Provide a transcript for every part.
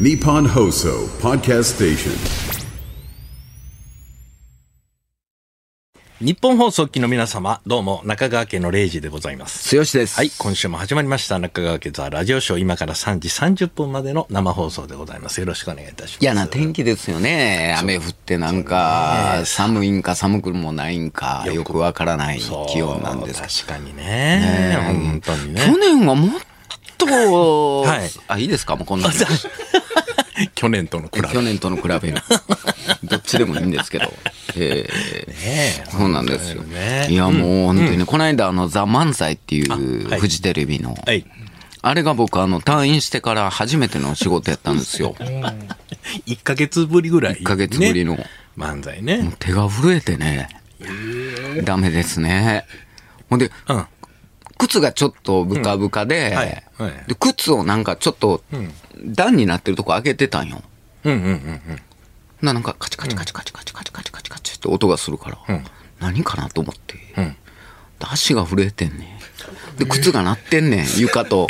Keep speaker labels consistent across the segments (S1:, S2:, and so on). S1: Nippon Hoso Podcast Station.
S2: 日本放送機の皆様、どうも、中川家の0時でございます。
S3: 剛です。
S2: はい、今週も始まりました。中川家ザラジオショー、今から3時30分までの生放送でございます。よろしくお願いいたします。
S3: 嫌な天気ですよね。雨降ってなんか、寒いんか寒くもないんか、よくわからない
S2: そう
S3: 気温なんです
S2: 確
S3: け
S2: かにね。本当に
S3: ど去
S2: ね。
S3: 年はもっと、
S2: はい
S3: あ、いいですかもうこんなんで
S2: 去年との比べ。
S3: 去年との比 べる。どっちでもいいんですけど。えー
S2: ね
S3: そうなんですよ。
S2: ね
S3: いや、もう本当にね、この間、あの、ザ・漫才っていう、
S2: あはい
S3: フジテレビの、
S2: はい。
S3: あれが僕、あの、退院してから初めての仕事やったんで すよ。
S2: 1ヶ月ぶりぐらい、ね。
S3: 1ヶ月ぶりの。
S2: 漫才ね。
S3: 手が震えてね。ダメですね。ほんで、
S2: うん。
S3: 靴がちょっとブカブカで、
S2: んはいはい
S3: で靴をなんかちょっと段になってるとこ開けてたんよ。
S2: うんうんうんうん。
S3: ななんかカチカチカチカチカチカチカチカチカチって音がするから、何かなと思って、
S2: ん
S3: で足が震えてんねんで靴が鳴ってんねん床と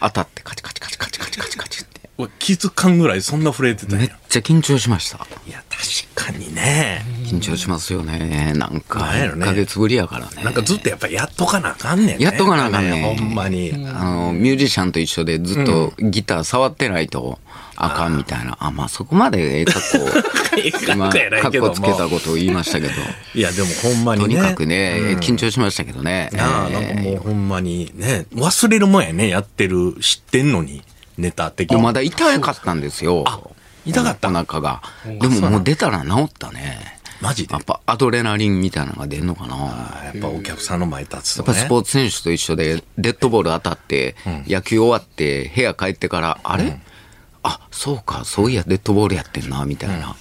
S3: 当たってカチカチカチカチカチカチカチって
S2: うわ気づかんぐらいそんな震えてたん
S3: め
S2: や
S3: っ。ちゃ緊張しました
S2: いや、確かにね。
S3: 緊張しますよねなんか
S2: なんやろ
S3: 1
S2: ね
S3: ヶ月ぶりやからね
S2: なんかずっとやっぱやっとかなあかんねんね。
S3: やっとかなあかんねん
S2: ほんまに。
S3: あのミュージシャンと一緒でずっとギター触ってないとあかんみたいなあまあそこまでええ格好
S2: ええ 格
S3: 今
S2: 好やない
S3: 格
S2: けども
S3: 好つけたことを言いましたけど
S2: い や、でもほんまに
S3: と
S2: ね。
S3: にかくね、緊張しましたけどね
S2: なあ、
S3: え
S2: なん
S3: ー
S2: かもうほんまにね、忘れるもんやね、やってる、知ってんのに、ネタ的
S3: で
S2: に。
S3: もまだ痛かったんですよ
S2: 痛かった
S3: お腹がでももう出たら治ったね
S2: マジで。
S3: や
S2: や
S3: っぱアドレナリンみたいなのが出んのかな
S2: っぱお客さんの前立つ
S3: やっ
S2: と
S3: ぱ
S2: ね。
S3: スポーツ選手と一緒で、デッドボール当たって、野球終わって、部屋帰ってから、あれ、あそうか、そういや、デッドボールやってんな、みたいな。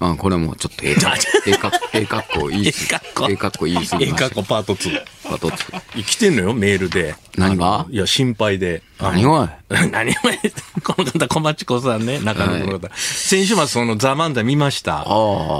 S3: あこれもちょ っとええかええかええ格好いいっす
S2: ええ格好
S3: ええ格好いいすぎ
S2: ええ
S3: ま
S2: か
S3: し
S2: こパート2。
S3: たどっち
S2: 生きてんのよ、メールで。
S3: 何が
S2: あのいや、心配で。あ
S3: 何おい
S2: の 何も言ってこの方、小町子さんね、中野の方。先週末、そのザ・漫才見ました。
S3: ああ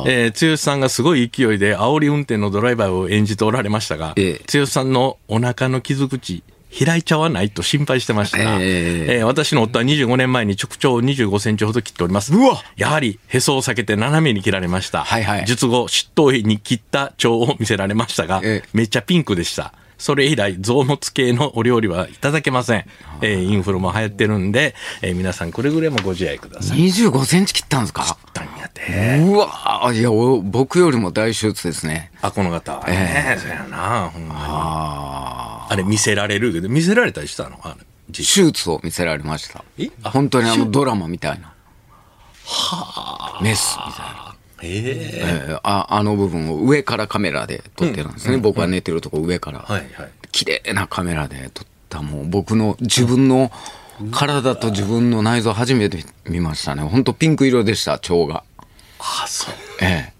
S2: えー、剛さんがすごい勢いで煽り運転のドライバーを演じておられましたが、
S3: え
S2: 剛さんのお腹の傷口、開いちゃわないと心配してましたが、
S3: ええ
S2: えー私の夫は25年前に直腸を25センチほど切っております。
S3: うわ
S2: やはり、へそを避けて斜めに切られました。
S3: はいはい
S2: 術後、執刀医に切った腸を見せられましたが、
S3: ええ
S2: めっちゃピンクでした。それ以来、臓物系のお料理はいただけません。えーインフルも流行ってるんで、えー皆さんくれぐれもご自愛ください。
S3: 25センチ切ったんですか
S2: ったんやて。
S3: うわあいや、お僕よりも大手術ですね。
S2: あ、この方は。ねえ、そやな、ほんまに。あれ見せられるけど、見せられたりしたのあれ、
S3: 手
S2: 実
S3: 術を見せられました
S2: えあ。
S3: 本当にあのドラマみたいな。はあ。メスみたいな。
S2: え
S3: えーああの部分を上からカメラで撮ってるんですね、僕が寝てるとこ上から、
S2: はいはい。
S3: 綺麗なカメラで撮ったもう僕の自分の体と自分の内臓初めて見ましたねほんとピンク色でした腸が
S2: あ、そう。
S3: え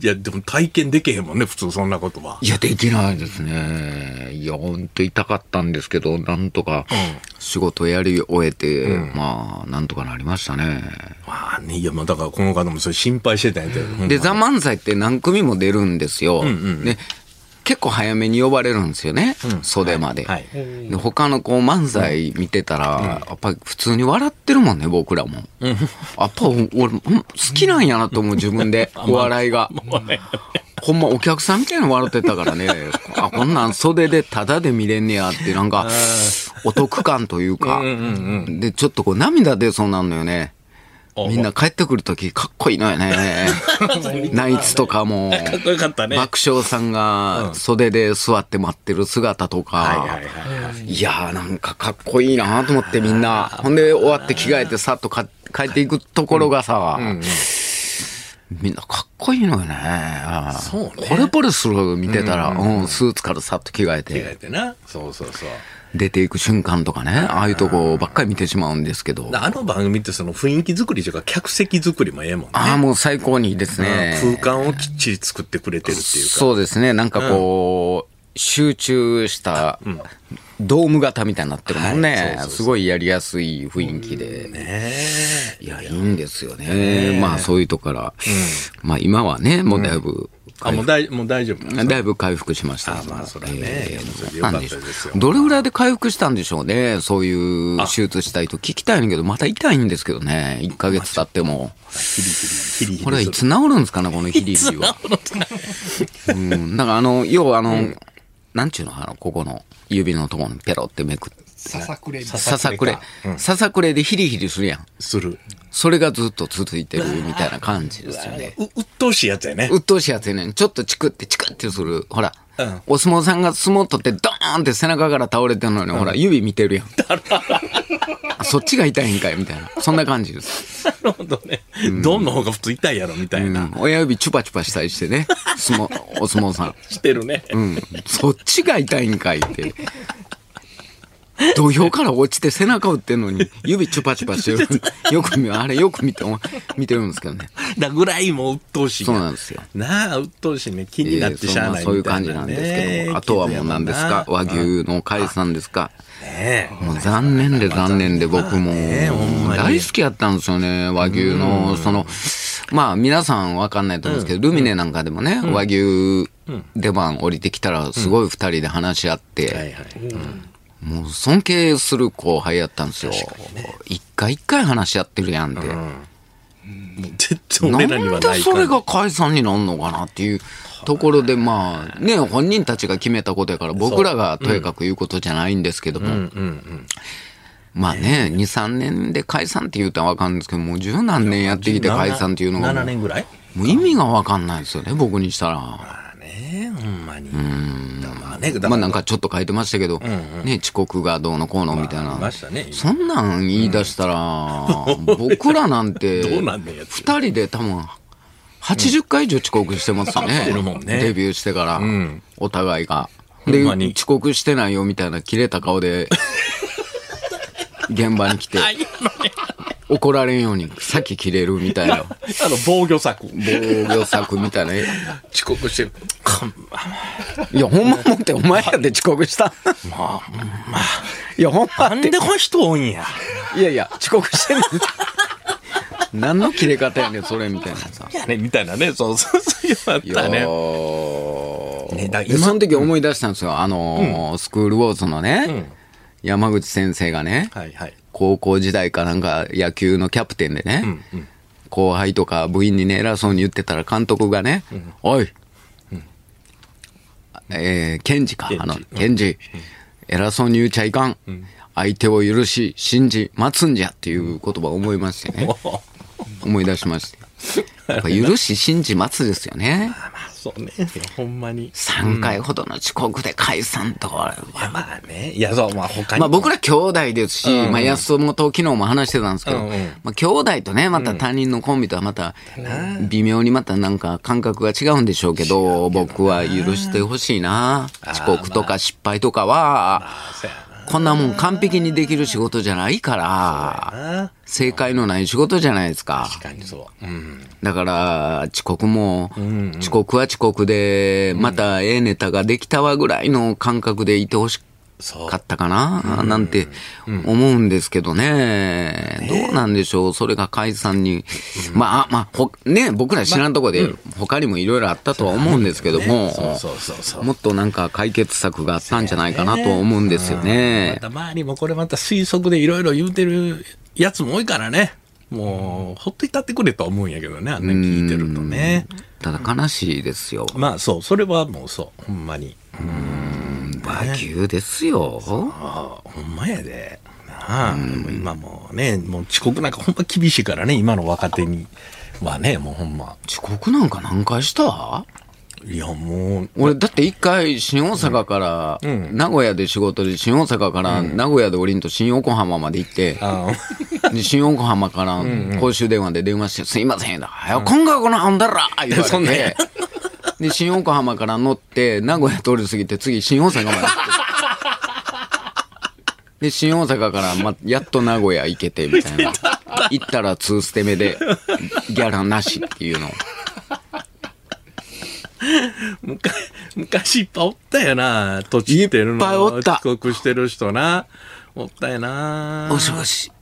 S2: いや、でも体験できへんもんね、普通そんなことは
S3: え。いやできないですねいやほんと痛かったんですけどなんとか仕事やり終えて、まあなんとかなりましたね
S2: まあね、いや、まあだからこの方もそれ心配してたんやけど。ほんまに
S3: で「ザ漫才って何組も出るんですよ、で結構早めに呼ばれるんですよね、袖まで,、
S2: はい
S3: で他のこう漫才見てたら、やっぱり普通に笑ってるもんね僕らも、やっぱ俺うん好きなんやなと思う自分でお笑いが。ほんまお客さんみたいに笑ってたからねあこんなん袖でタダで見れんねやってなんかお得感というかでちょっとこう涙出そうなんのよねみんな帰ってくるときかっこいいのよね。 ナイツとかも。
S2: かっこよかったね。
S3: 爆笑さんが袖で座って待ってる姿と
S2: はいは
S3: か
S2: い、はいはい。
S3: いやーなんかかっこいいなと思ってみんな。ほんで終わって着替えてさっとか帰っていくところがさ、みんなかっこいいのよね。
S2: そうね
S3: これポレするの見てたら、うん、スーツからさっと着替え
S2: 着替え
S3: て、
S2: てな。そうそうそう。
S3: 出ていく瞬間とかね、ああいうとこばっかり見てしまうんですけど。
S2: あの番組ってその雰囲気作りというか、客席作りもええもんね。
S3: ああ、もう最高にいいですね。
S2: 空間をきっちり作ってくれてるっていうか。
S3: そうですね、なんかこう、集中したドーム型みたいになってるもんね、すごいやりやすい雰囲気で、いや、いいんですよね、まあそういうとこから、まあ今はね、もうだいぶ
S2: あ、もう大、もう大丈夫。
S3: だいぶ回復しました。
S2: あまあそらね
S3: えー
S2: それでよかったですよ
S3: なんしょうどれぐらいで回復したんでしょうね。そういう手術した人聞きたいんだけど、また痛いんですけどね。1ヶ月経っても。
S2: ヒリヒリ
S3: これはいつ治るんですかね、このヒリヒリは。うん。なんかあの、要はあの、なんちゅうの、あの、ここの指のところにペロってめくって。
S4: ささくれみたいな
S3: ささくれ。ささくれでヒリヒリするやん。
S2: する。
S3: それがずっと続いてるみたいな感じですよね。
S2: う、鬱陶しいやつやね。
S3: 鬱陶しいやつやねん。ちょっとチクってチクってする。ほら、
S2: うん
S3: お相撲さんが相撲取ってドーンって背中から倒れてるのに、ほら、指見てるやん。あそっちが痛いんかいみたいな。そんな感じで す。
S2: なるほどね。どんの方が普通痛いやろ、みたいうな。
S3: ん、親指チュパチュパしたりしてね。相撲、お相撲さん。
S2: してるね。
S3: うん。そっちが痛いんかいって。土俵から落ちて背中打ってんのに指チュパチュパして る。よく見、あれよく見て、お前見てるんですけどね。
S2: だぐらいもう鬱陶しい。
S3: そうなんですよ。
S2: なあ、鬱陶しいね。気になってしゃあない
S3: そういう
S2: みた
S3: 感
S2: い
S3: じ
S2: な
S3: なん
S2: ね、
S3: ですけども、あとはもう何ですか和
S2: ね
S3: 牛の解散ですか
S2: え
S3: もう残念で残念で僕も
S2: えほんまに
S3: 大好きやったんですよね和牛のそのまあ皆さんわかんないと思うんですけどルミネなんかでもね和牛出番降りてきたらすごい二人で話し合っ
S2: はい
S3: て
S2: はい。
S3: もう尊敬する後輩やったんですよ一回一回話し合ってるやんって
S2: もう全然
S3: な
S2: 俺らには
S3: ん
S2: ない感
S3: で
S2: じ
S3: それが解散になんのかなっていうところで、まあ、ね、本人たちが決めたことやから、僕らがとやかく言うことじゃないんですけども、まあね、2、3年で解散って言うたらわかるんですけど、もう十何年やってきて解散っていうのがも
S2: 7
S3: う、
S2: 年ぐらい
S3: もう意味がわかんないですよね、僕にしたら。
S2: まあね、ほんまに。だからまあね、だから
S3: まあなんかちょっと書いてましたけど、ね、遅刻がどうのこうのみたい
S2: あり
S3: な
S2: まし。たね。
S3: そんなん言い出した ら、僕らなんて、
S2: どうなんねんやつ
S3: 二人で多分、80回以上遅刻してますよね。
S2: てるもんね
S3: デビューしてから、お互いが。
S2: ほ
S3: で、
S2: んまに
S3: 遅刻してないよみたいな切れた顔 で、現場に来て、怒られんようにさっき切れるみたいな、
S2: あの、防御策。
S3: 防御策みたいな。い
S2: 遅刻してる。かん
S3: や、ほんまもってお前やで遅刻した。いや、ほんま
S2: なんでこの人多いんや。
S3: いやいや、遅刻してんの何の切れ方やねん、それみたいなさ。
S2: やね、みたいなね。そうそう、そうやっ
S3: いや
S2: たね。
S3: ー
S2: ねだから
S3: で
S2: 今
S3: その時思い出したんですよ。あのースクールウォーズのね、山口先生がね、
S2: はいはい。
S3: 高校時代かなんか野球のキャプテンでね、後輩とか部員にね、偉そうに言ってたら監督がね、おい、えー、ケンジか、
S2: ケンジ
S3: あの、ケンジ、偉そうに言うちゃいかん。相手を許し、信じ、待つんじゃっていう言葉を思いましてね、
S2: お
S3: 思い出しまして。やっぱ許し、信じ、待つですよね。
S2: あそうね。ほんまに。
S3: 3回ほどの遅刻で解散とか、
S2: いやまあね。いや、そう、まあ他に。
S3: まあ僕ら兄弟ですし、まあ安友と昨日も話してたんですけど、
S2: うんうん
S3: まあ兄弟とね、また他人のコンビとはまた、微妙にまたなんか感覚が違うんでしょうけど、僕は許してほしいな。遅刻とか失敗とかは、
S2: あそうやな
S3: こんなもん完璧にできる仕事じゃないから、
S2: あ
S3: 正解のない仕事じゃないですか。
S2: 確かにそう。うん。
S3: だから、遅刻も、遅刻は遅刻で、またええネタができたわぐらいの感覚でいてほし
S2: そう
S3: かったかな、なんて思うんですけどね。どうなんでしょうそれが解散に。まあ、あまあ、ほ、ね、僕ら知らんとこで、他にもいろいろあったとは思うんですけども、
S2: そうそうそうそう。
S3: もっとなんか解決策があったんじゃないかなと思うんですよね
S2: また。周りもこれまた推測でいろいろ言うてるやつも多いからね。もう、ほっといたってくれとは思うんやけどね、あんな聞いてるとね。
S3: ただ悲しいですよ。
S2: まあそう、それはもうそう、ほんまに。
S3: 和牛ですよ。
S2: ああ、ほんまやで。なあ、でも今もうね、もう遅刻なんかほんま厳しいからね、今の若手にはね、もうほんま。
S3: 遅刻なんか何回した
S2: いや、もう、
S3: 俺だって一回新大阪から、名古屋で仕事で新大阪から名古屋で降りんと新横浜まで行って、
S2: あ
S3: で新横浜から公衆電話で電話して「すいません」だ「早く来んかこのあんだら」言 わ
S2: そんなん
S3: れ
S2: や
S3: てで新横浜から乗って名古屋通り過ぎて次新大阪まで行って。で、新大阪から、ま、やっと名古屋行けて、みたい な。行ったら2ステ目で、ギャラなしっていうの。
S2: 昔、 昔いっぱいおったよな、土地ってるの。
S3: いっぱいおった
S2: 遅刻してる人な。おったよな。
S3: もしもし、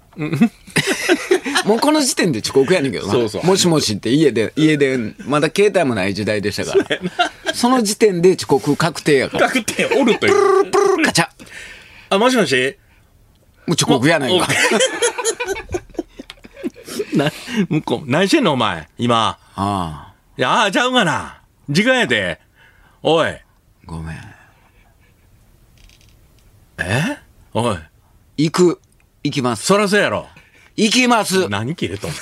S3: もうこの時点で遅刻やねんけどな。
S2: そうそう
S3: もしもしって家で、家で、まだ携帯もない時代でしたから。その時点で遅刻確定やから。
S2: 確定おるという。
S3: プルプルカチャ。
S2: あ、もしもし
S3: もう遅刻やないか。
S2: な、向こう、何してんのお前、今。
S3: ああ、
S2: いや、ああ、ちゃうがな。時間やで。おい。
S3: ごめん。
S2: えおい。
S3: 行く。行きます。
S2: そらそうやろ。
S3: 行きます。
S2: 何切れとんの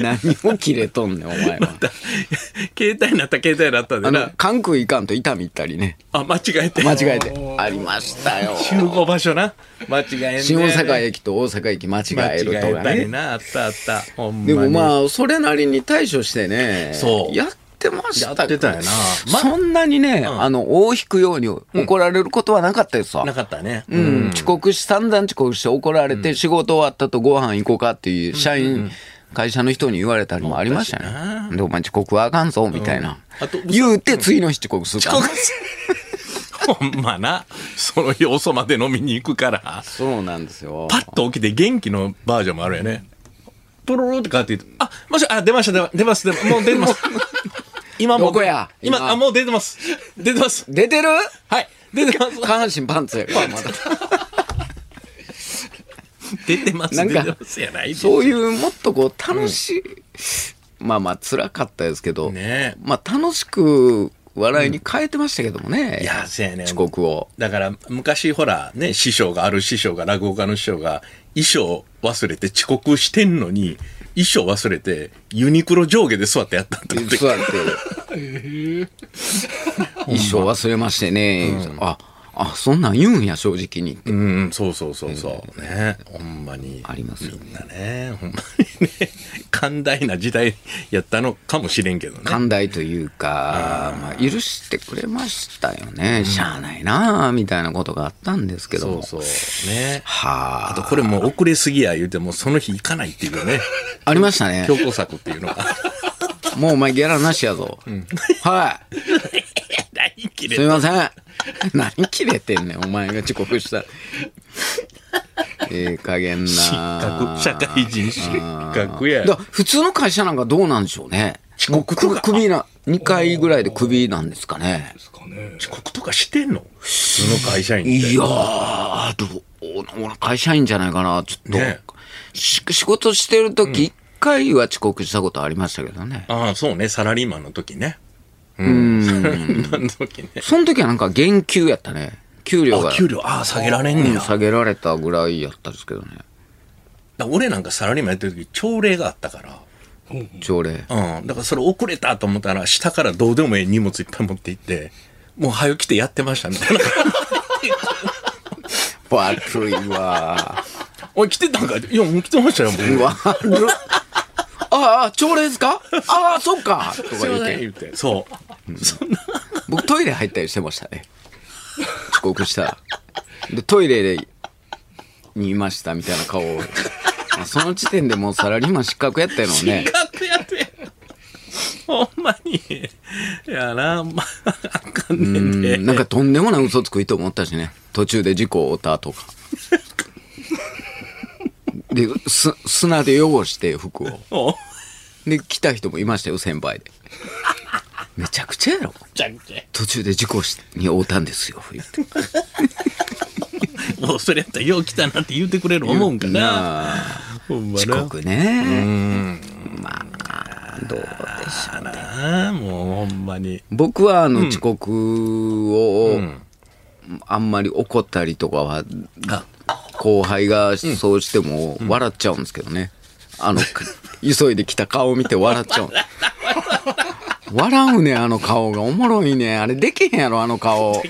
S3: 何を切れとんねん、お 前は。
S2: 携帯になった、携帯になったで
S3: あの
S2: な、。
S3: 関空行かんと痛み行ったりね。
S2: あ間違えて。
S3: 間違えて。ありましたよ。
S2: 集合場所な。間違えんね
S3: 新大阪駅と大阪駅間違
S2: 間
S3: え
S2: 違
S3: ると
S2: え
S3: か
S2: たり
S3: ね。
S2: な。あったあった。ほんま
S3: で
S2: に。
S3: もまあ、それなりに対処してね。
S2: そう
S3: やってました
S2: やってたよなまあ
S3: そんなにね、あの、尾を引くように怒られることはなかったですわ
S2: な。かったね。
S3: う。ん、遅刻し、散々遅刻して怒られて、仕事終わったとご飯行こうかっていう、社員、会社の人に言われたりもありましたね。で、お前遅刻はあかんぞ、みたいな
S2: あと。
S3: 言うて、次の日遅刻するから。
S2: ほんまな。その日遅まで飲みに行くから。
S3: そうなんですよ。
S2: パッと起きて元気のバージョンもあるよね。プロロって変わっていって、あ、もし、あ、出ました、出ま出ます、出ます、もう出て ます。今もう。
S3: どこや
S2: 今
S3: 今
S2: あ、もう出てます。出てます。
S3: 出てる
S2: はい。出て ます。
S3: 下半身パンツやから、まだ。
S2: 出てます。
S3: なん
S2: 出
S3: か
S2: てますやないで
S3: そういうもっとこう楽しい、まあまあ辛かったですけど、
S2: ねえ
S3: まあ楽しく笑いに変えてましたけどもね、
S2: いや、そうやねん
S3: 遅刻を。
S2: だから、昔、ほら、ね、師匠が、ある師匠が、落語家の師匠が、衣装忘れて遅刻してんのに、衣装忘れて、ユニクロ上下で座ってやったって言って
S3: 座って一生忘れましてね、ああそんなん言うんや正直に、
S2: うんうん、そうそうそうそう。ね。ほんまに。
S3: ありますよね
S2: みんなね。ほんまにね。 寛大な時代やったのかもしれんけどね。
S3: 寛大というか、まあ、許してくれましたよね、しゃあないなあみたいなことがあったんですけど
S2: そ
S3: も
S2: うそう。ね。
S3: はあ
S2: あと、これもう遅れすぎや言うても、その日行かないっていう ね。
S3: ありましたね
S2: 強行策っていうのが。
S3: もうお前ギャラなしやぞ、はい
S2: 何切
S3: す
S2: れ
S3: みません。何切れてんねん、お前が遅刻したら。ええ加減な。
S2: 失格。社会人失格や。
S3: だ普通の会社なんかどうなんでしょうね。
S2: 遅刻とか
S3: もうクビな、2回ぐらいでクビなんですかね。
S2: 遅刻とかしてんの普通の会社員って。
S3: いやー、どう、俺会社員じゃないかな、ちょっと。
S2: ね
S3: し仕事してるとき、1回は遅刻したことありましたけどね。
S2: ああ、そうね。サラリーマンの時ね。うん。サラリ ーマンの時ね。
S3: その時はなんか減給やったね。給料
S2: あ
S3: が
S2: 給料、ああ、下げられんね
S3: うん
S2: や。
S3: 下げられたぐらいやったですけどね。
S2: だ俺なんかサラリーマンやってる時朝礼があったから、
S3: 朝礼。
S2: うん、だからそれ遅れたと思ったら下からどうでもいい荷物いっぱい持って行ってもう早起きてやってましたみたいな
S3: 悪い わ。
S2: おい来てたんかいやもう来てましたよもう
S3: 悪っああ、朝礼ですかああ、そっかとか言って。
S2: 言ってそう
S3: 僕トイレ入ったりしてましたね。遅刻したら。で、トイレで、にいましたみたいな顔を。その時点でもうサラリーマン失格やったよね
S2: 企。画やってほんまにやなまああかんねん
S3: う
S2: で
S3: んなんかとんでもない嘘つく人もおったしね。途中で事故を負ったとか。で、す、砂で汚して服を。
S2: おう
S3: で、来た人もいましたよ、先輩で。めちゃくちゃやろ。
S2: じゃんけ
S3: 途中で事故しに遭うたんですよ。言って
S2: んもうそれやったらよう来たなって言うてくれる思うんかな
S3: あ
S2: ほん
S3: ー
S2: ま
S3: 遅
S2: な
S3: 刻ね。まあ、どうでしょう。
S2: なあもうほんまに
S3: 僕はあの遅刻を、あんまり怒ったりとかは、
S2: あ
S3: 後輩がそうしても笑っちゃうんですけどね。あの、く急いで来た顔を見て笑 っちゃう。笑うね、あの顔が。おもろいね。あれできへんやろ、あの顔。
S2: あ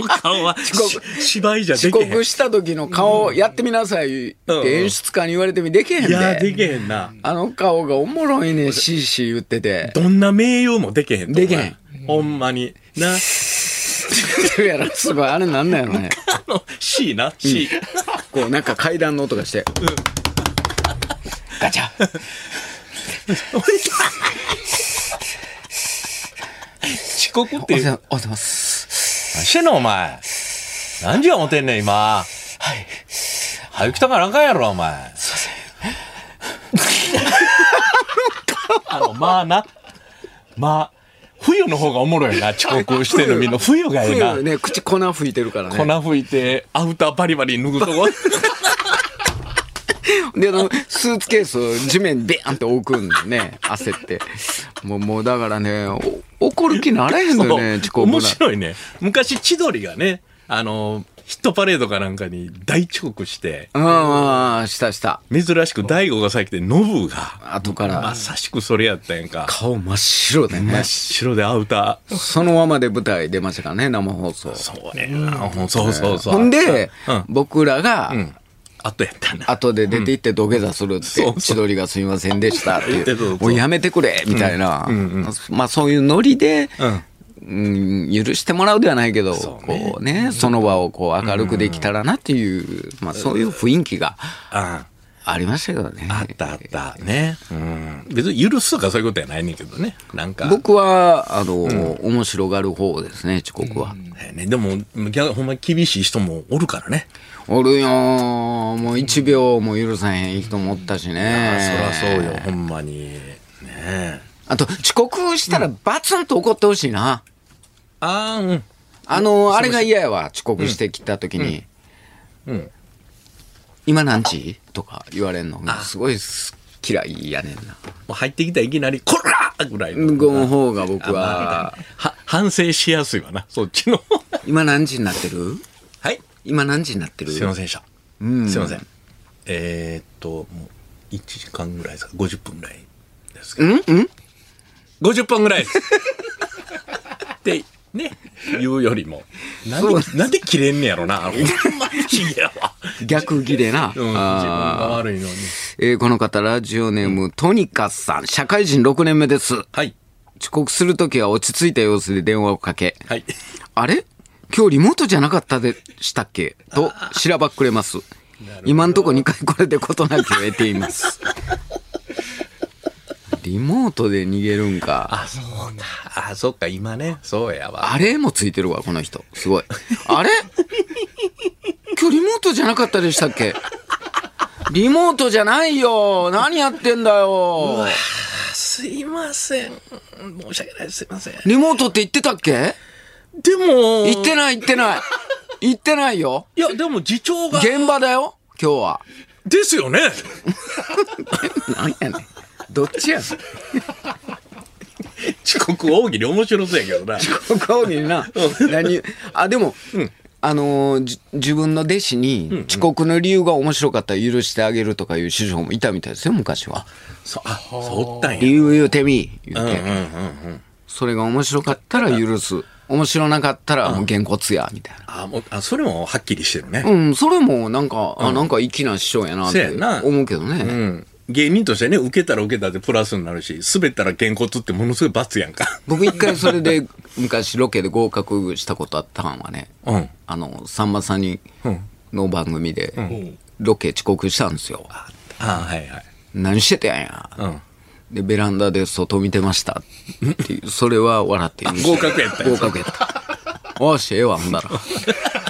S2: の顔は
S3: 刻
S2: し 芝居じゃで
S3: 遅
S2: きへん
S3: 刻した時の顔やってみなさいって
S2: うん
S3: 演出家に言われてみできへん
S2: いやーでけ
S3: で。
S2: へんな
S3: あの顔がおもろいね、シーシー言ってて。
S2: どんな名誉もでけへんと思う
S3: でけへん
S2: ほんまに な
S3: どうやらすごい、あれなんなんやろね。
S2: あの C な C、
S3: こうなんか階段の音がして。ガチャ。
S2: 遅刻っ
S3: お
S2: て
S3: はようご
S2: 何
S3: ざいます。
S2: してんのお前何時や思てんねん今はい。早く来たからあかんやろ、お前。すいませ ん。あの、まあな。まあ。冬の方がおもろいな、遅刻してるみんな。 冬がええな。
S3: 冬ね、口粉吹いてるからね。
S2: 粉吹いて、アウターバリバリ脱ぐとこ。
S3: で、あの、スーツケースを地面にビャンって置くんでね、焦って。もう、もうだからね、お怒る気なれへんのよね、遅刻な
S2: 面。白いね。昔、千鳥がね、あの、ヒットパレードかなんかに大遅刻して、
S3: うんうんうん、したした。
S2: 珍しく大悟がさっきで、ノブが、
S3: 後から
S2: ま、さしくそれやったやんか。
S3: 顔真っ白で
S2: 真
S3: ね
S2: っ。白でアウター。
S3: そのままで舞台出ましたからね、生放送。
S2: そうやな、ほんそうそうそう。
S3: ほんで
S2: うん、
S3: 僕らが、
S2: うんあとやったな。
S3: 後で出て行って土下座す
S2: う
S3: るって、
S2: んそうそう
S3: 千鳥がすみませんでしたってい
S2: 言ってたそう
S3: う
S2: そう、
S3: もうやめてくれみたいな、まあそういうノリで、うん許してもらうではないけど、
S2: そうね
S3: こうね、その場をこう明るくできたらなっていう、まあそういう雰囲気が
S2: あ
S3: ありましたけどね。
S2: あったあった。ね。うん。別に許すとかそういうことやないねんけどね。なんか。
S3: 僕は、あの、面白がる方ですね、遅刻は。
S2: ね、でも、逆ほんまに厳しい人もおるからね。
S3: おるよーもう1秒も許さへん人もおったしね。
S2: あそらそうよ、ほんまに。ねえ。
S3: あと、遅刻したらバツンと怒ってほしいな。
S2: あーうん。
S3: あの、あれが嫌やわ、遅刻してきた時に。今何時とか言われんのが、すごいす嫌いやねんな。
S2: もう入ってきたらいきなり、こらーぐらいの。
S3: 向こうの方が僕
S2: あ
S3: は、
S2: は反省しやすいわな、そっちの。
S3: 今何時になってる
S2: はい。
S3: 今何時になってる
S2: すいませんでした。
S3: ん
S2: すいません。えー、っと、もう1時間ぐらいですか、50分ぐらいですけど。うん50分ぐらいです。って、ね、言うよりも。なん
S3: そう
S2: で、なんで切れんねやろな。ほんまに不思議やわ。
S3: 逆ギレ
S2: う
S3: な。
S2: ん、自分
S3: あー
S2: が悪いのに。
S3: えーこの方、ラジオネーム、トニカさん。社会人6年目です。
S2: はい。
S3: 遅刻するときは落ち着いた様子で電話をかけ、
S2: はい。
S3: あれ今日リモートじゃなかったでしたっけと、しらばっくれます。今んとこ2回これで事なきを得ています。リモートで逃げるんか。
S2: あ、そうか。あ、そっか、今ね。そうやわ。
S3: あれもついてるわ、この人。すごい。あれ今日リモートじゃなかったでしたっけリモートじゃないよ何やってんだよ
S2: すいません。申し訳ないです。すいません。
S3: リモートって言ってたっけ
S2: でも、
S3: 言ってない言ってない言ってないよ
S2: いや、でも次長が、
S3: 現場だよ今日は。
S2: ですよね。
S3: 何やねん。どっちやねん。
S2: 遅刻大喜利面白そうやけどな。
S3: 国家にな。何、あ、でも、あのーじ自分の弟子に遅刻の理由が面白かったら許してあげるとかいう師匠もいたみたいですよ、昔は。
S2: そ、あ、そうおったん
S3: 理
S2: や。
S3: 由言うてみ、言うて。それが面白かったら許す。面白なかったらもうげんこつや、みたいな。
S2: あ、もう、あ、それもはっきりしてるね。
S3: うん、それもなんか、あ、なんか粋な師匠やなっ
S2: せ
S3: て
S2: やな
S3: 思うけど
S2: う
S3: ね。
S2: ん。芸人としてね、受けたら受けたでプラスになるし、滑ったら原骨ってものすごい罰やんか。
S3: 僕一回それで昔ロケで合格したことあったんは ね。
S2: うん。
S3: あの、さんまさんに、の番組で、ロケ遅刻したんですよ。
S2: あはいはい。
S3: 何してたんや。
S2: うん。
S3: で、ベランダで外見てました。っ ていう、それは笑ってい
S2: 合格やったや
S3: 合
S2: つ
S3: 格やった。おし、ええわ、ほんだ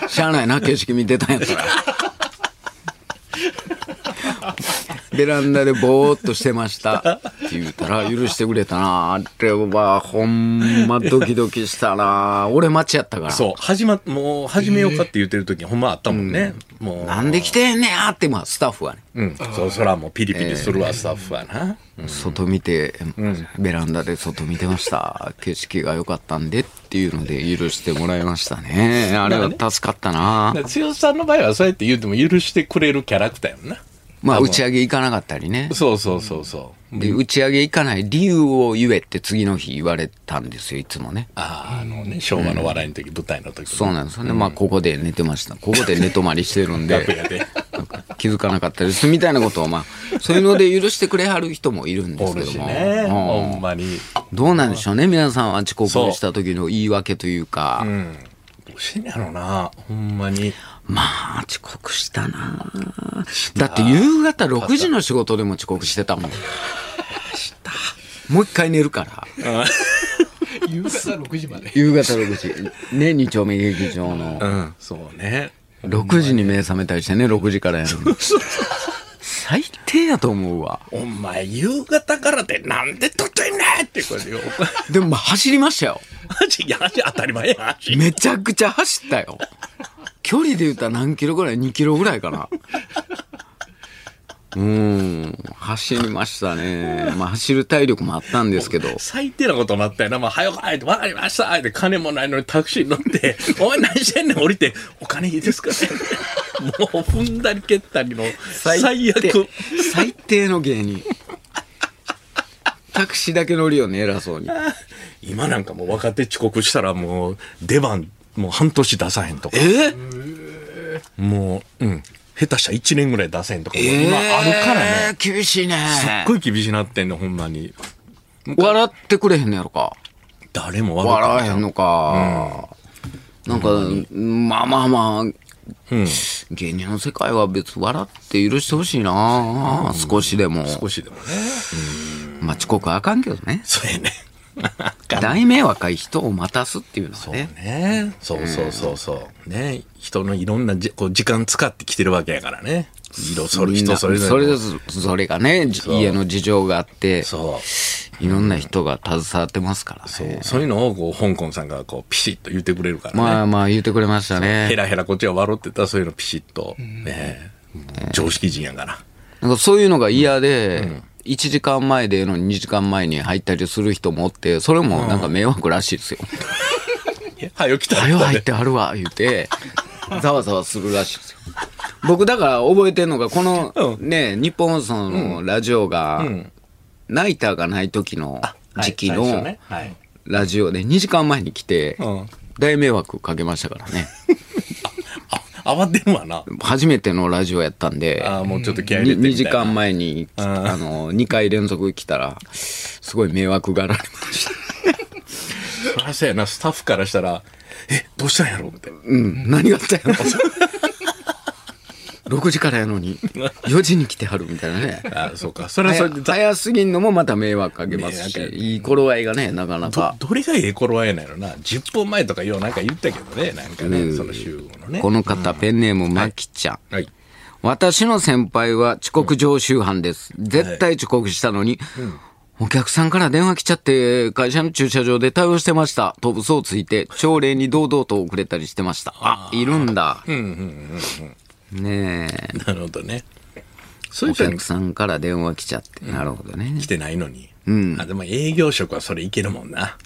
S3: ら。しゃあないな、景色見てたんやったら。ベランダでぼーっとしてましたって言ったら許してくれたなあれはほんまドキドキしたな俺待ちやったから
S2: そう、始ま、もう始めようかって言ってる時にほんまあったもんね。もう。
S3: なんで来てんねやってまあスタッフはね
S2: うん。そう、そらもうピリピリするわ、スタッフはな。
S3: 外見て、ベランダで外見て ました景色が良かったんでっていうので許してもらいましたねあれは助かったな、
S2: だから剛さんの場合はそうやって言うても許してくれるキャラクターやもんな。
S3: まあ打ち上げ行かなかったりね
S2: そうそうそうそう。
S3: で打ち上げ行かない理由を言えって次の日言われたんですよいつもね
S2: ああのね、昭和の笑いの時、舞台の時。
S3: そうなんですよね、まあここで寝てましたここで寝泊まりしてるん
S2: 楽
S3: で
S2: 屋で。
S3: 気づかなかったですみたいなことをまあそういうので許してくれはる人もいるんで
S2: お
S3: すけ
S2: る
S3: ど
S2: し
S3: も、
S2: ね。
S3: うん
S2: ほんまに。
S3: どうなんでしょうね皆さんは遅刻した時の言い訳というか、
S2: どうしてんやろな。ほんまに。
S3: まあ、遅刻したなあだって夕方6時の仕事でも遅刻してたもん。もう一回寝るから。
S4: 夕方6時まで。
S3: 夕方6時。ね、二丁目劇場の。
S2: うん、そうね。
S3: 6時に目覚めたりしてね、6時からやるの。最低やと思うわ。
S2: お前、夕方からでなんで撮ってんねんってこれよ。
S3: でもまあ走りましたよ。
S2: マジ、マジ当たり前や、マジ。
S3: めちゃくちゃ走ったよ。距離で言ったら何キロぐらい ?2 キロぐらいか な。うーん、走りましたね。まあ走る体力もあったんですけど。
S2: 最低なことになったよな。まあ、はよ帰って、わかりましたって、金もないのにタクシーに乗って、 お前何してんねん降りて、お金いいですかねもう、踏んだり蹴ったりの、最
S3: 低
S2: 悪。
S3: 最低の芸人。タクシーだけ乗るよね、偉そうに。
S2: 今なんかもう若手遅刻したらもう、出番、もう半年出さへんとか。
S3: え
S2: もう、うん。下手したら1年ぐらい出せんとか、
S3: え
S2: 今あるからね。。
S3: 厳しいね。
S2: すっごい厳しなってんの、ほんまに。
S3: 笑ってくれへんのやろか。
S2: 誰も悪くない
S3: 笑えへんのか。なんか、まあまあまあ、芸人の世界は別に笑って許してほしいな、少しでも。
S2: 少しでもね。
S3: まあ遅刻はあかんけどね。
S2: そうやね。
S3: 大迷惑い人を待たすっていうのは
S2: そう
S3: ね。
S2: ね。そうそうそうそう。ね。人のいろんなじこう時間使ってきてるわけやからね。色それ
S3: みん
S2: 人
S3: な
S2: それぞ
S3: そ
S2: れ
S3: れ
S2: の。
S3: ぞそれがね、じ家の事情があって、
S2: そう。
S3: いろんな人が携わってますから
S2: そう
S3: ね。
S2: そういうのをこう香港さんがこうピシッと言ってくれるからね。
S3: まあまあ言ってくれまし
S2: ヘ
S3: たね。
S2: ラヘラこっちが笑ってたらそういうのピシッと。ね常識人やから。
S3: なんかそういうのが嫌で、1時間前でええのに2時間前に入ったりする人もおって、それもなんか迷惑らしいですよ。
S2: はよ来たら
S3: あれは
S2: 来た
S3: 入っ
S2: で。
S3: てあるわ、言う て、ざわざわするらしいですよ。僕、だから覚えてんのが、この、
S2: う
S3: ね、日本放送のラジオが、ナイターがない時の時期
S2: はい最初
S3: の
S2: ねはい
S3: ラジオで2時間前に来て
S2: うん、
S3: 大迷惑かけましたからね。
S2: あ慌てんわな。
S3: 初めてのラジオやったんで、
S2: ああ、もうちょっと気合い入れてみたい
S3: 2
S2: な。
S3: 時間前に、
S2: ん
S3: あの、2回連続来たら、すごい迷惑がられました。
S2: そりゃそうやな、スタッフからしたら、え、どうしたんやろって。
S3: うん、何があった んやろ6時からやの に4時に来てはるみたいなね
S2: あそうか。それはそれで
S3: 早、早すぎんのもまた迷惑かけますし
S2: 迷惑
S3: いい頃合いがねなかな
S2: ど
S3: か、
S2: どれがええ頃合いなのな。10分前とかようなんか言ったけどね、なんかね、その集合のね。
S3: この方ペンネームまきちゃん、
S2: はい。
S3: 私の先輩は遅刻常習犯です。絶対遅刻したのに、お客さんから電話来ちゃって、会社の駐車場で対応してました。と嘘をついて、朝礼に堂々と遅れたりしてました。あ、いるんだ。ねえ。
S2: なるほどね。そうい
S3: お
S2: う人
S3: 客
S2: に
S3: さんから電話来ちゃって。なるほどね
S2: 来。てないのに。あ、でも営業職はそれいけるもんな。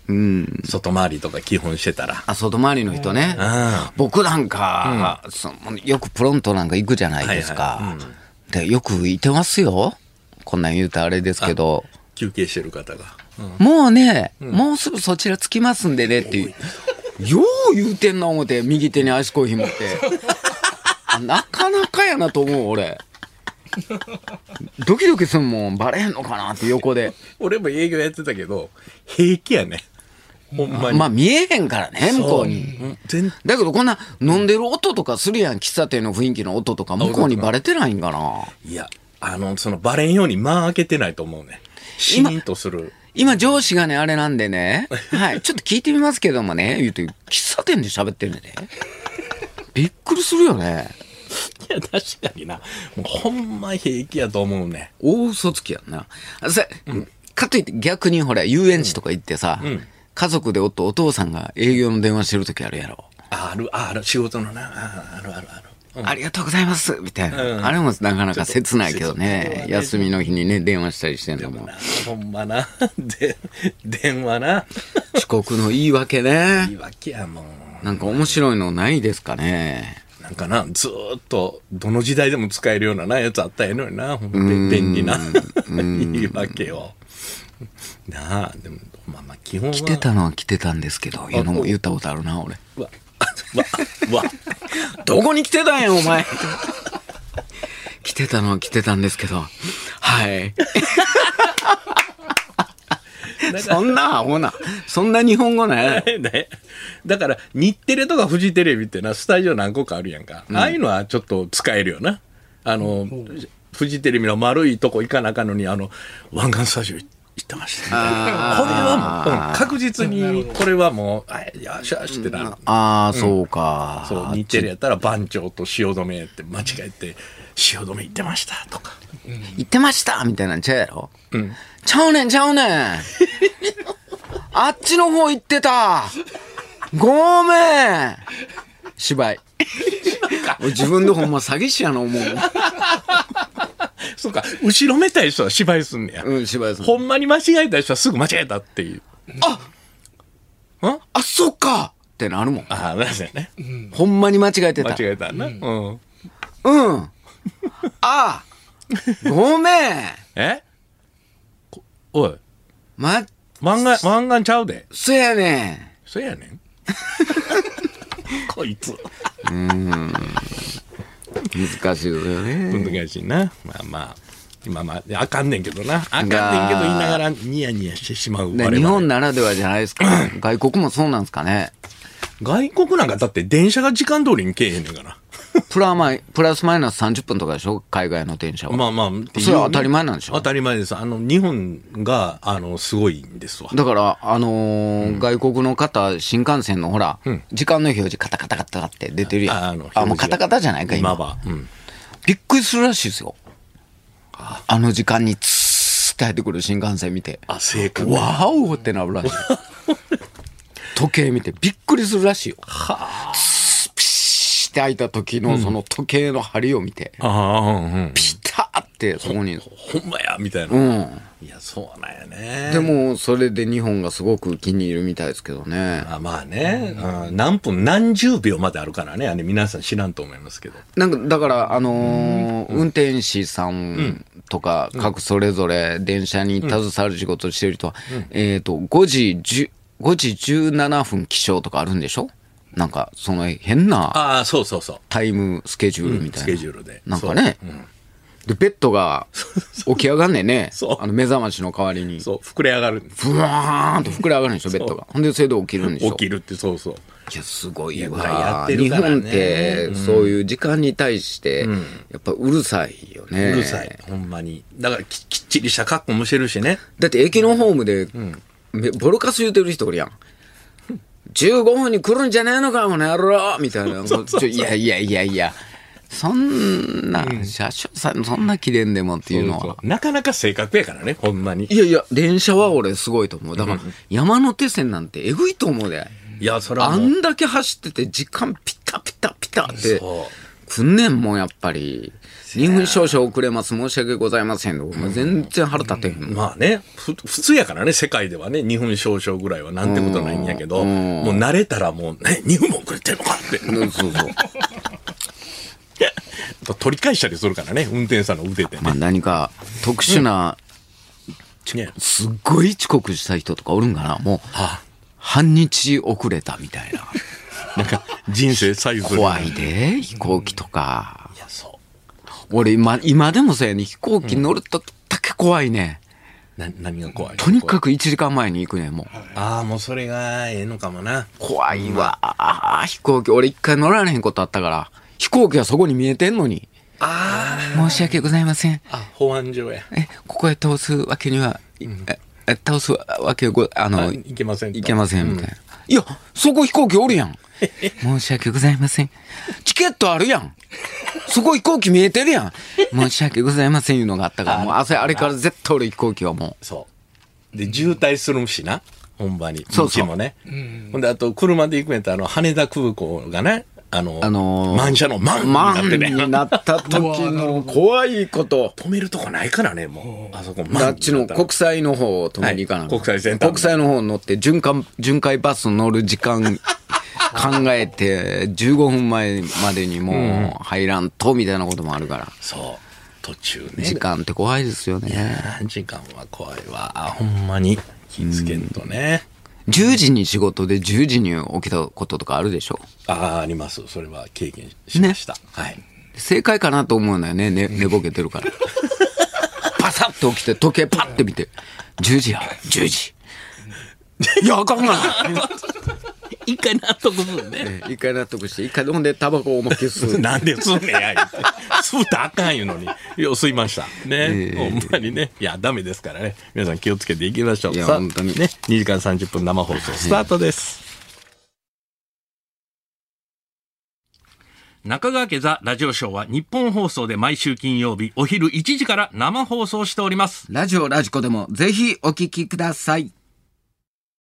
S2: 外回りとか基本してたら。
S3: あ、外回りの人ね。僕なんか、そのよくプロントなんか行くじゃないですか。
S2: はいはい
S3: で、よくいてますよ。こんなん言うとあれですけど。
S2: 休憩してる方が。
S3: もうね、もうすぐそちら着きますんでねっていう。よう言うてんな思って、右手にアイスコーヒー持って。 あなかなかやなと思う、俺。ドキドキすんもん、バレへんのかなって横で。
S2: 俺も営業やってたけど、平気やね。ほんまに。
S3: まあ見えへんからね、向こうに。
S2: うん全
S3: だけどこんな飲んでる音とかするやん、喫茶店の雰囲気の音とか向こうにバレてないんかない
S2: や、あの、そのバレんように間開けてないと思うね。シーンとする。
S3: 今上司がね、あれなんで ね、はい、ちょっと聞いてみますけどもね、言うて、喫茶店で喋ってるんでね。びっくりするよね。
S2: いや、確かにな。もうほんま平気やと思うね。
S3: 大嘘つきやんな。あさ、かといって逆にほら、遊園地とか行ってさ、家族でおっとお父さんが営業の電話してる時あるやろ。
S2: ある、ある、仕事のな。ああるあるある。
S3: ありがとうございますみたいな、あれもなかなか切ないけどね。休みの日にね、電話したりしてんだもん。
S2: ほんまな。 で、電話な。
S3: 遅刻の言い訳ね
S2: い。いわけやもん。
S3: なんか面白いのないですかね。
S2: なんかな、ずーっと、どの時代でも使えるようななやつあったらええのにな。ほんとに便利な。いいわけよ。なあ、でも、まあまあ、基本は。
S3: 来てたのは来てたんですけど、いうのも言ったことあるな、俺。
S2: わ、わ、わ。
S3: どこに来てたんや、お前。 来てたのは来てたんですけど、はい。そんなアホな、そんな日本語ない。
S2: ね、だから日テレとかフジテレビってなスタジオ何個かあるやんか、ああいうのはちょっと使えるよなあの、フジテレビの丸いとこ行かなあかんのにあの湾岸スタジオ行っ言ってましたね。これはもう、うん確実に、これはもう、あよしよしってなる。
S3: ああ、そうか。
S2: そう、日テレやったら番長と汐留って間違えて、汐留行ってましたとか。
S3: 行ってましたみたいなんちゃうやろちゃうねん、ちゃうねん。あっちの方行ってた。ごめん。芝居。俺自分でほんま詐欺師やな思う。
S2: そうか、後ろめたい人は芝居すんねや。
S3: うん、芝居する
S2: ほんまに間違えた人はすぐ間違えたっていう。
S3: あ、そっかってなるもん。
S2: ああ、なんですよね。
S3: ほんまに間違えて
S2: 間
S3: た。
S2: 違えたな。うん。
S3: うん。ああ。ごめん。
S2: えこおい、
S3: ま、
S2: 漫画、漫画ちゃうで。
S3: そやね
S2: そやねん。こいつ。
S3: ん。難しいですよね。
S2: 難しいな。まあまあ。今まあ、あかんねんけどな。あかんねんけど言いながらニヤニヤしてしまう我
S3: ね
S2: 々。
S3: 日本ならではじゃないです か。外国もそうなんですかね。
S2: 外国なんかだって電車が時間通りに来えへんねんから。
S3: プラマイ、プラスマイナス30分とかでしょ海外の電車は。
S2: まあまあ、
S3: それは当たり前なんでしょ
S2: 当たり前です。あの、日本が、あの、すごいんですわ。
S3: だから、あのー外国の方、新幹線のほら、時間の表示カタカタカタって出てるやん。
S2: ああ
S3: あ
S2: の
S3: もうカタカタじゃないか、今。
S2: 今は。うん。
S3: びっくりするらしいですよ。あの時間にツーって入ってくる新幹線見て、
S2: あ、正解。
S3: わーおーってな るらしい。時計見てびっくりするらしいよ。ツーピシーって開いた時のその時計の針を見て、
S2: ああ、うんうん。
S3: ピターってそこに。
S2: ほんまや、みたいな。
S3: うん。
S2: いや、そうなんやね。
S3: でも、それで日本がすごく気に入るみたいですけどね。
S2: あまあね、うん何分何十秒まであるからね、あれ皆さん知らんと思いますけど。
S3: なんか、だから、あのー運転士さんとか、各それぞれ電車に携わる仕事をしてる人は、えっ、と、5時10、5時17分起床とかあるんでしょなんか、その変な
S2: ああ、そうそうそう。
S3: タイムスケジュールみたいな。
S2: スケジュールで。
S3: なんかね。で、ベッ ドが起き上がんねんね
S2: そう。
S3: あの、目覚ましの代わりに。
S2: そう。そう、膨れ上がる。
S3: ブワーンと膨れ上がるんでしょ、ベッドが。ほんで、それで起きるんでしょ
S2: 起。きるって、そうそう。
S3: いや、すごい
S2: いやや
S3: わ。
S2: ってる
S3: 日
S2: からね
S3: 本って、そういう時間に対して、やっぱうるさいよね。
S2: うるさい。。ほんまに。だからき、きっちりした格好もしてるしね。
S3: だって駅のホームで、めボロカス言うてる人おるやん。15分に来るんじゃねえのか、この野郎みたい な。ちょいやいやいやいや、そんな、車掌さん、そんな切れんでもっていうのは。
S2: そうなかなか正確やからね、ほんまに。
S3: いやいや、電車は俺すごいと思う。だから、山手線なんてえぐいと思うで。
S2: いや、それは
S3: あ
S2: もう。
S3: んだけ走ってて、時間ピタピタピタって
S2: そ、
S3: くんねんもん、やっぱり。2分少々遅れます、申し訳ございません。お前全然腹立てへんもん。
S2: まあね、ふ普通やからね、世界ではね、2分少々ぐらいはなんてことないんやけど、もう慣れたらもう、ね、2分も遅れてんのかって。
S3: うんそうそう。
S2: 取り返したりするからね、運転手さんの腕で
S3: ま
S2: ね。
S3: あ何か特殊な、
S2: ね
S3: すっごい遅刻した人とかおるんかなもう、半日遅れたみたいな。
S2: なんか、人生左右する。
S3: 怖いで、飛行機とか。
S2: いや、そう。
S3: 俺今、今でもそうやね飛行機乗るとだけ怖いね。
S2: な何が怖い
S3: とにかく1時間前に行くね、もう。
S2: ああもうそれがええのかもな
S3: 怖いわ。飛行機。俺一回乗られへんことあったから。飛行機はそこに見えてんのに。申し訳ございません。
S2: あ保安上や
S3: え、ここへ倒すわけには、いええ倒すわけご、あの、
S2: いけませんと
S3: いけません、みたいな。いや、そこ飛行機おるやん。申し訳ございません。チケットあるやん。そこ飛行機見えてるやん。申し訳ございませんいうのがあったから、もう朝、あれから絶対俺飛行機はも
S2: そうで渋滞するしなほんまに
S3: そうそう
S2: 道もねほんであと車で行くんやったらあの羽田空港がねあの、
S3: あのー
S2: 満車の満
S3: う、
S2: に
S3: マ
S2: な
S3: ン
S2: ってね
S3: になった時の怖いこと。
S2: 止めるとこないからねもうあそこ満にな
S3: あ
S2: ったら
S3: っちの国際の方を止めに行か
S2: は
S3: な、
S2: い国際線
S3: 国際の方に乗って巡回巡回バス乗る 時間考えて15分前までにもう入らんとみたいなこともあるから
S2: そう途中ね
S3: 時間って怖いですよね
S2: あー時間は怖いわあほんまに気ぃつけんとね、
S3: 10時に仕事で10時に起きたこととかあるでしょ
S2: ああありますそれは経験しました、はい
S3: 正解かなと思うのよねね寝ぼけてるから パサッと起きて時計パッて見て10時や10時いやあかん がな
S2: 一回納得するね
S3: 一回納得して一回飲んでタバコをおまけする
S2: なんですんねや、言うてすぶったらあかんいうのに、よう吸いました。ね、
S3: ええ
S2: ほんまにね。いや、ダメですからね。皆さん気をつけていきましょう。
S3: いや
S2: さあ
S3: 本当に
S2: ね、2時間30分生放送スタートです。
S4: 中川家ザラジオショーは日本放送で毎週金曜日お昼1時から生放送しております。
S3: ラジオラジコでもぜひお聞きください。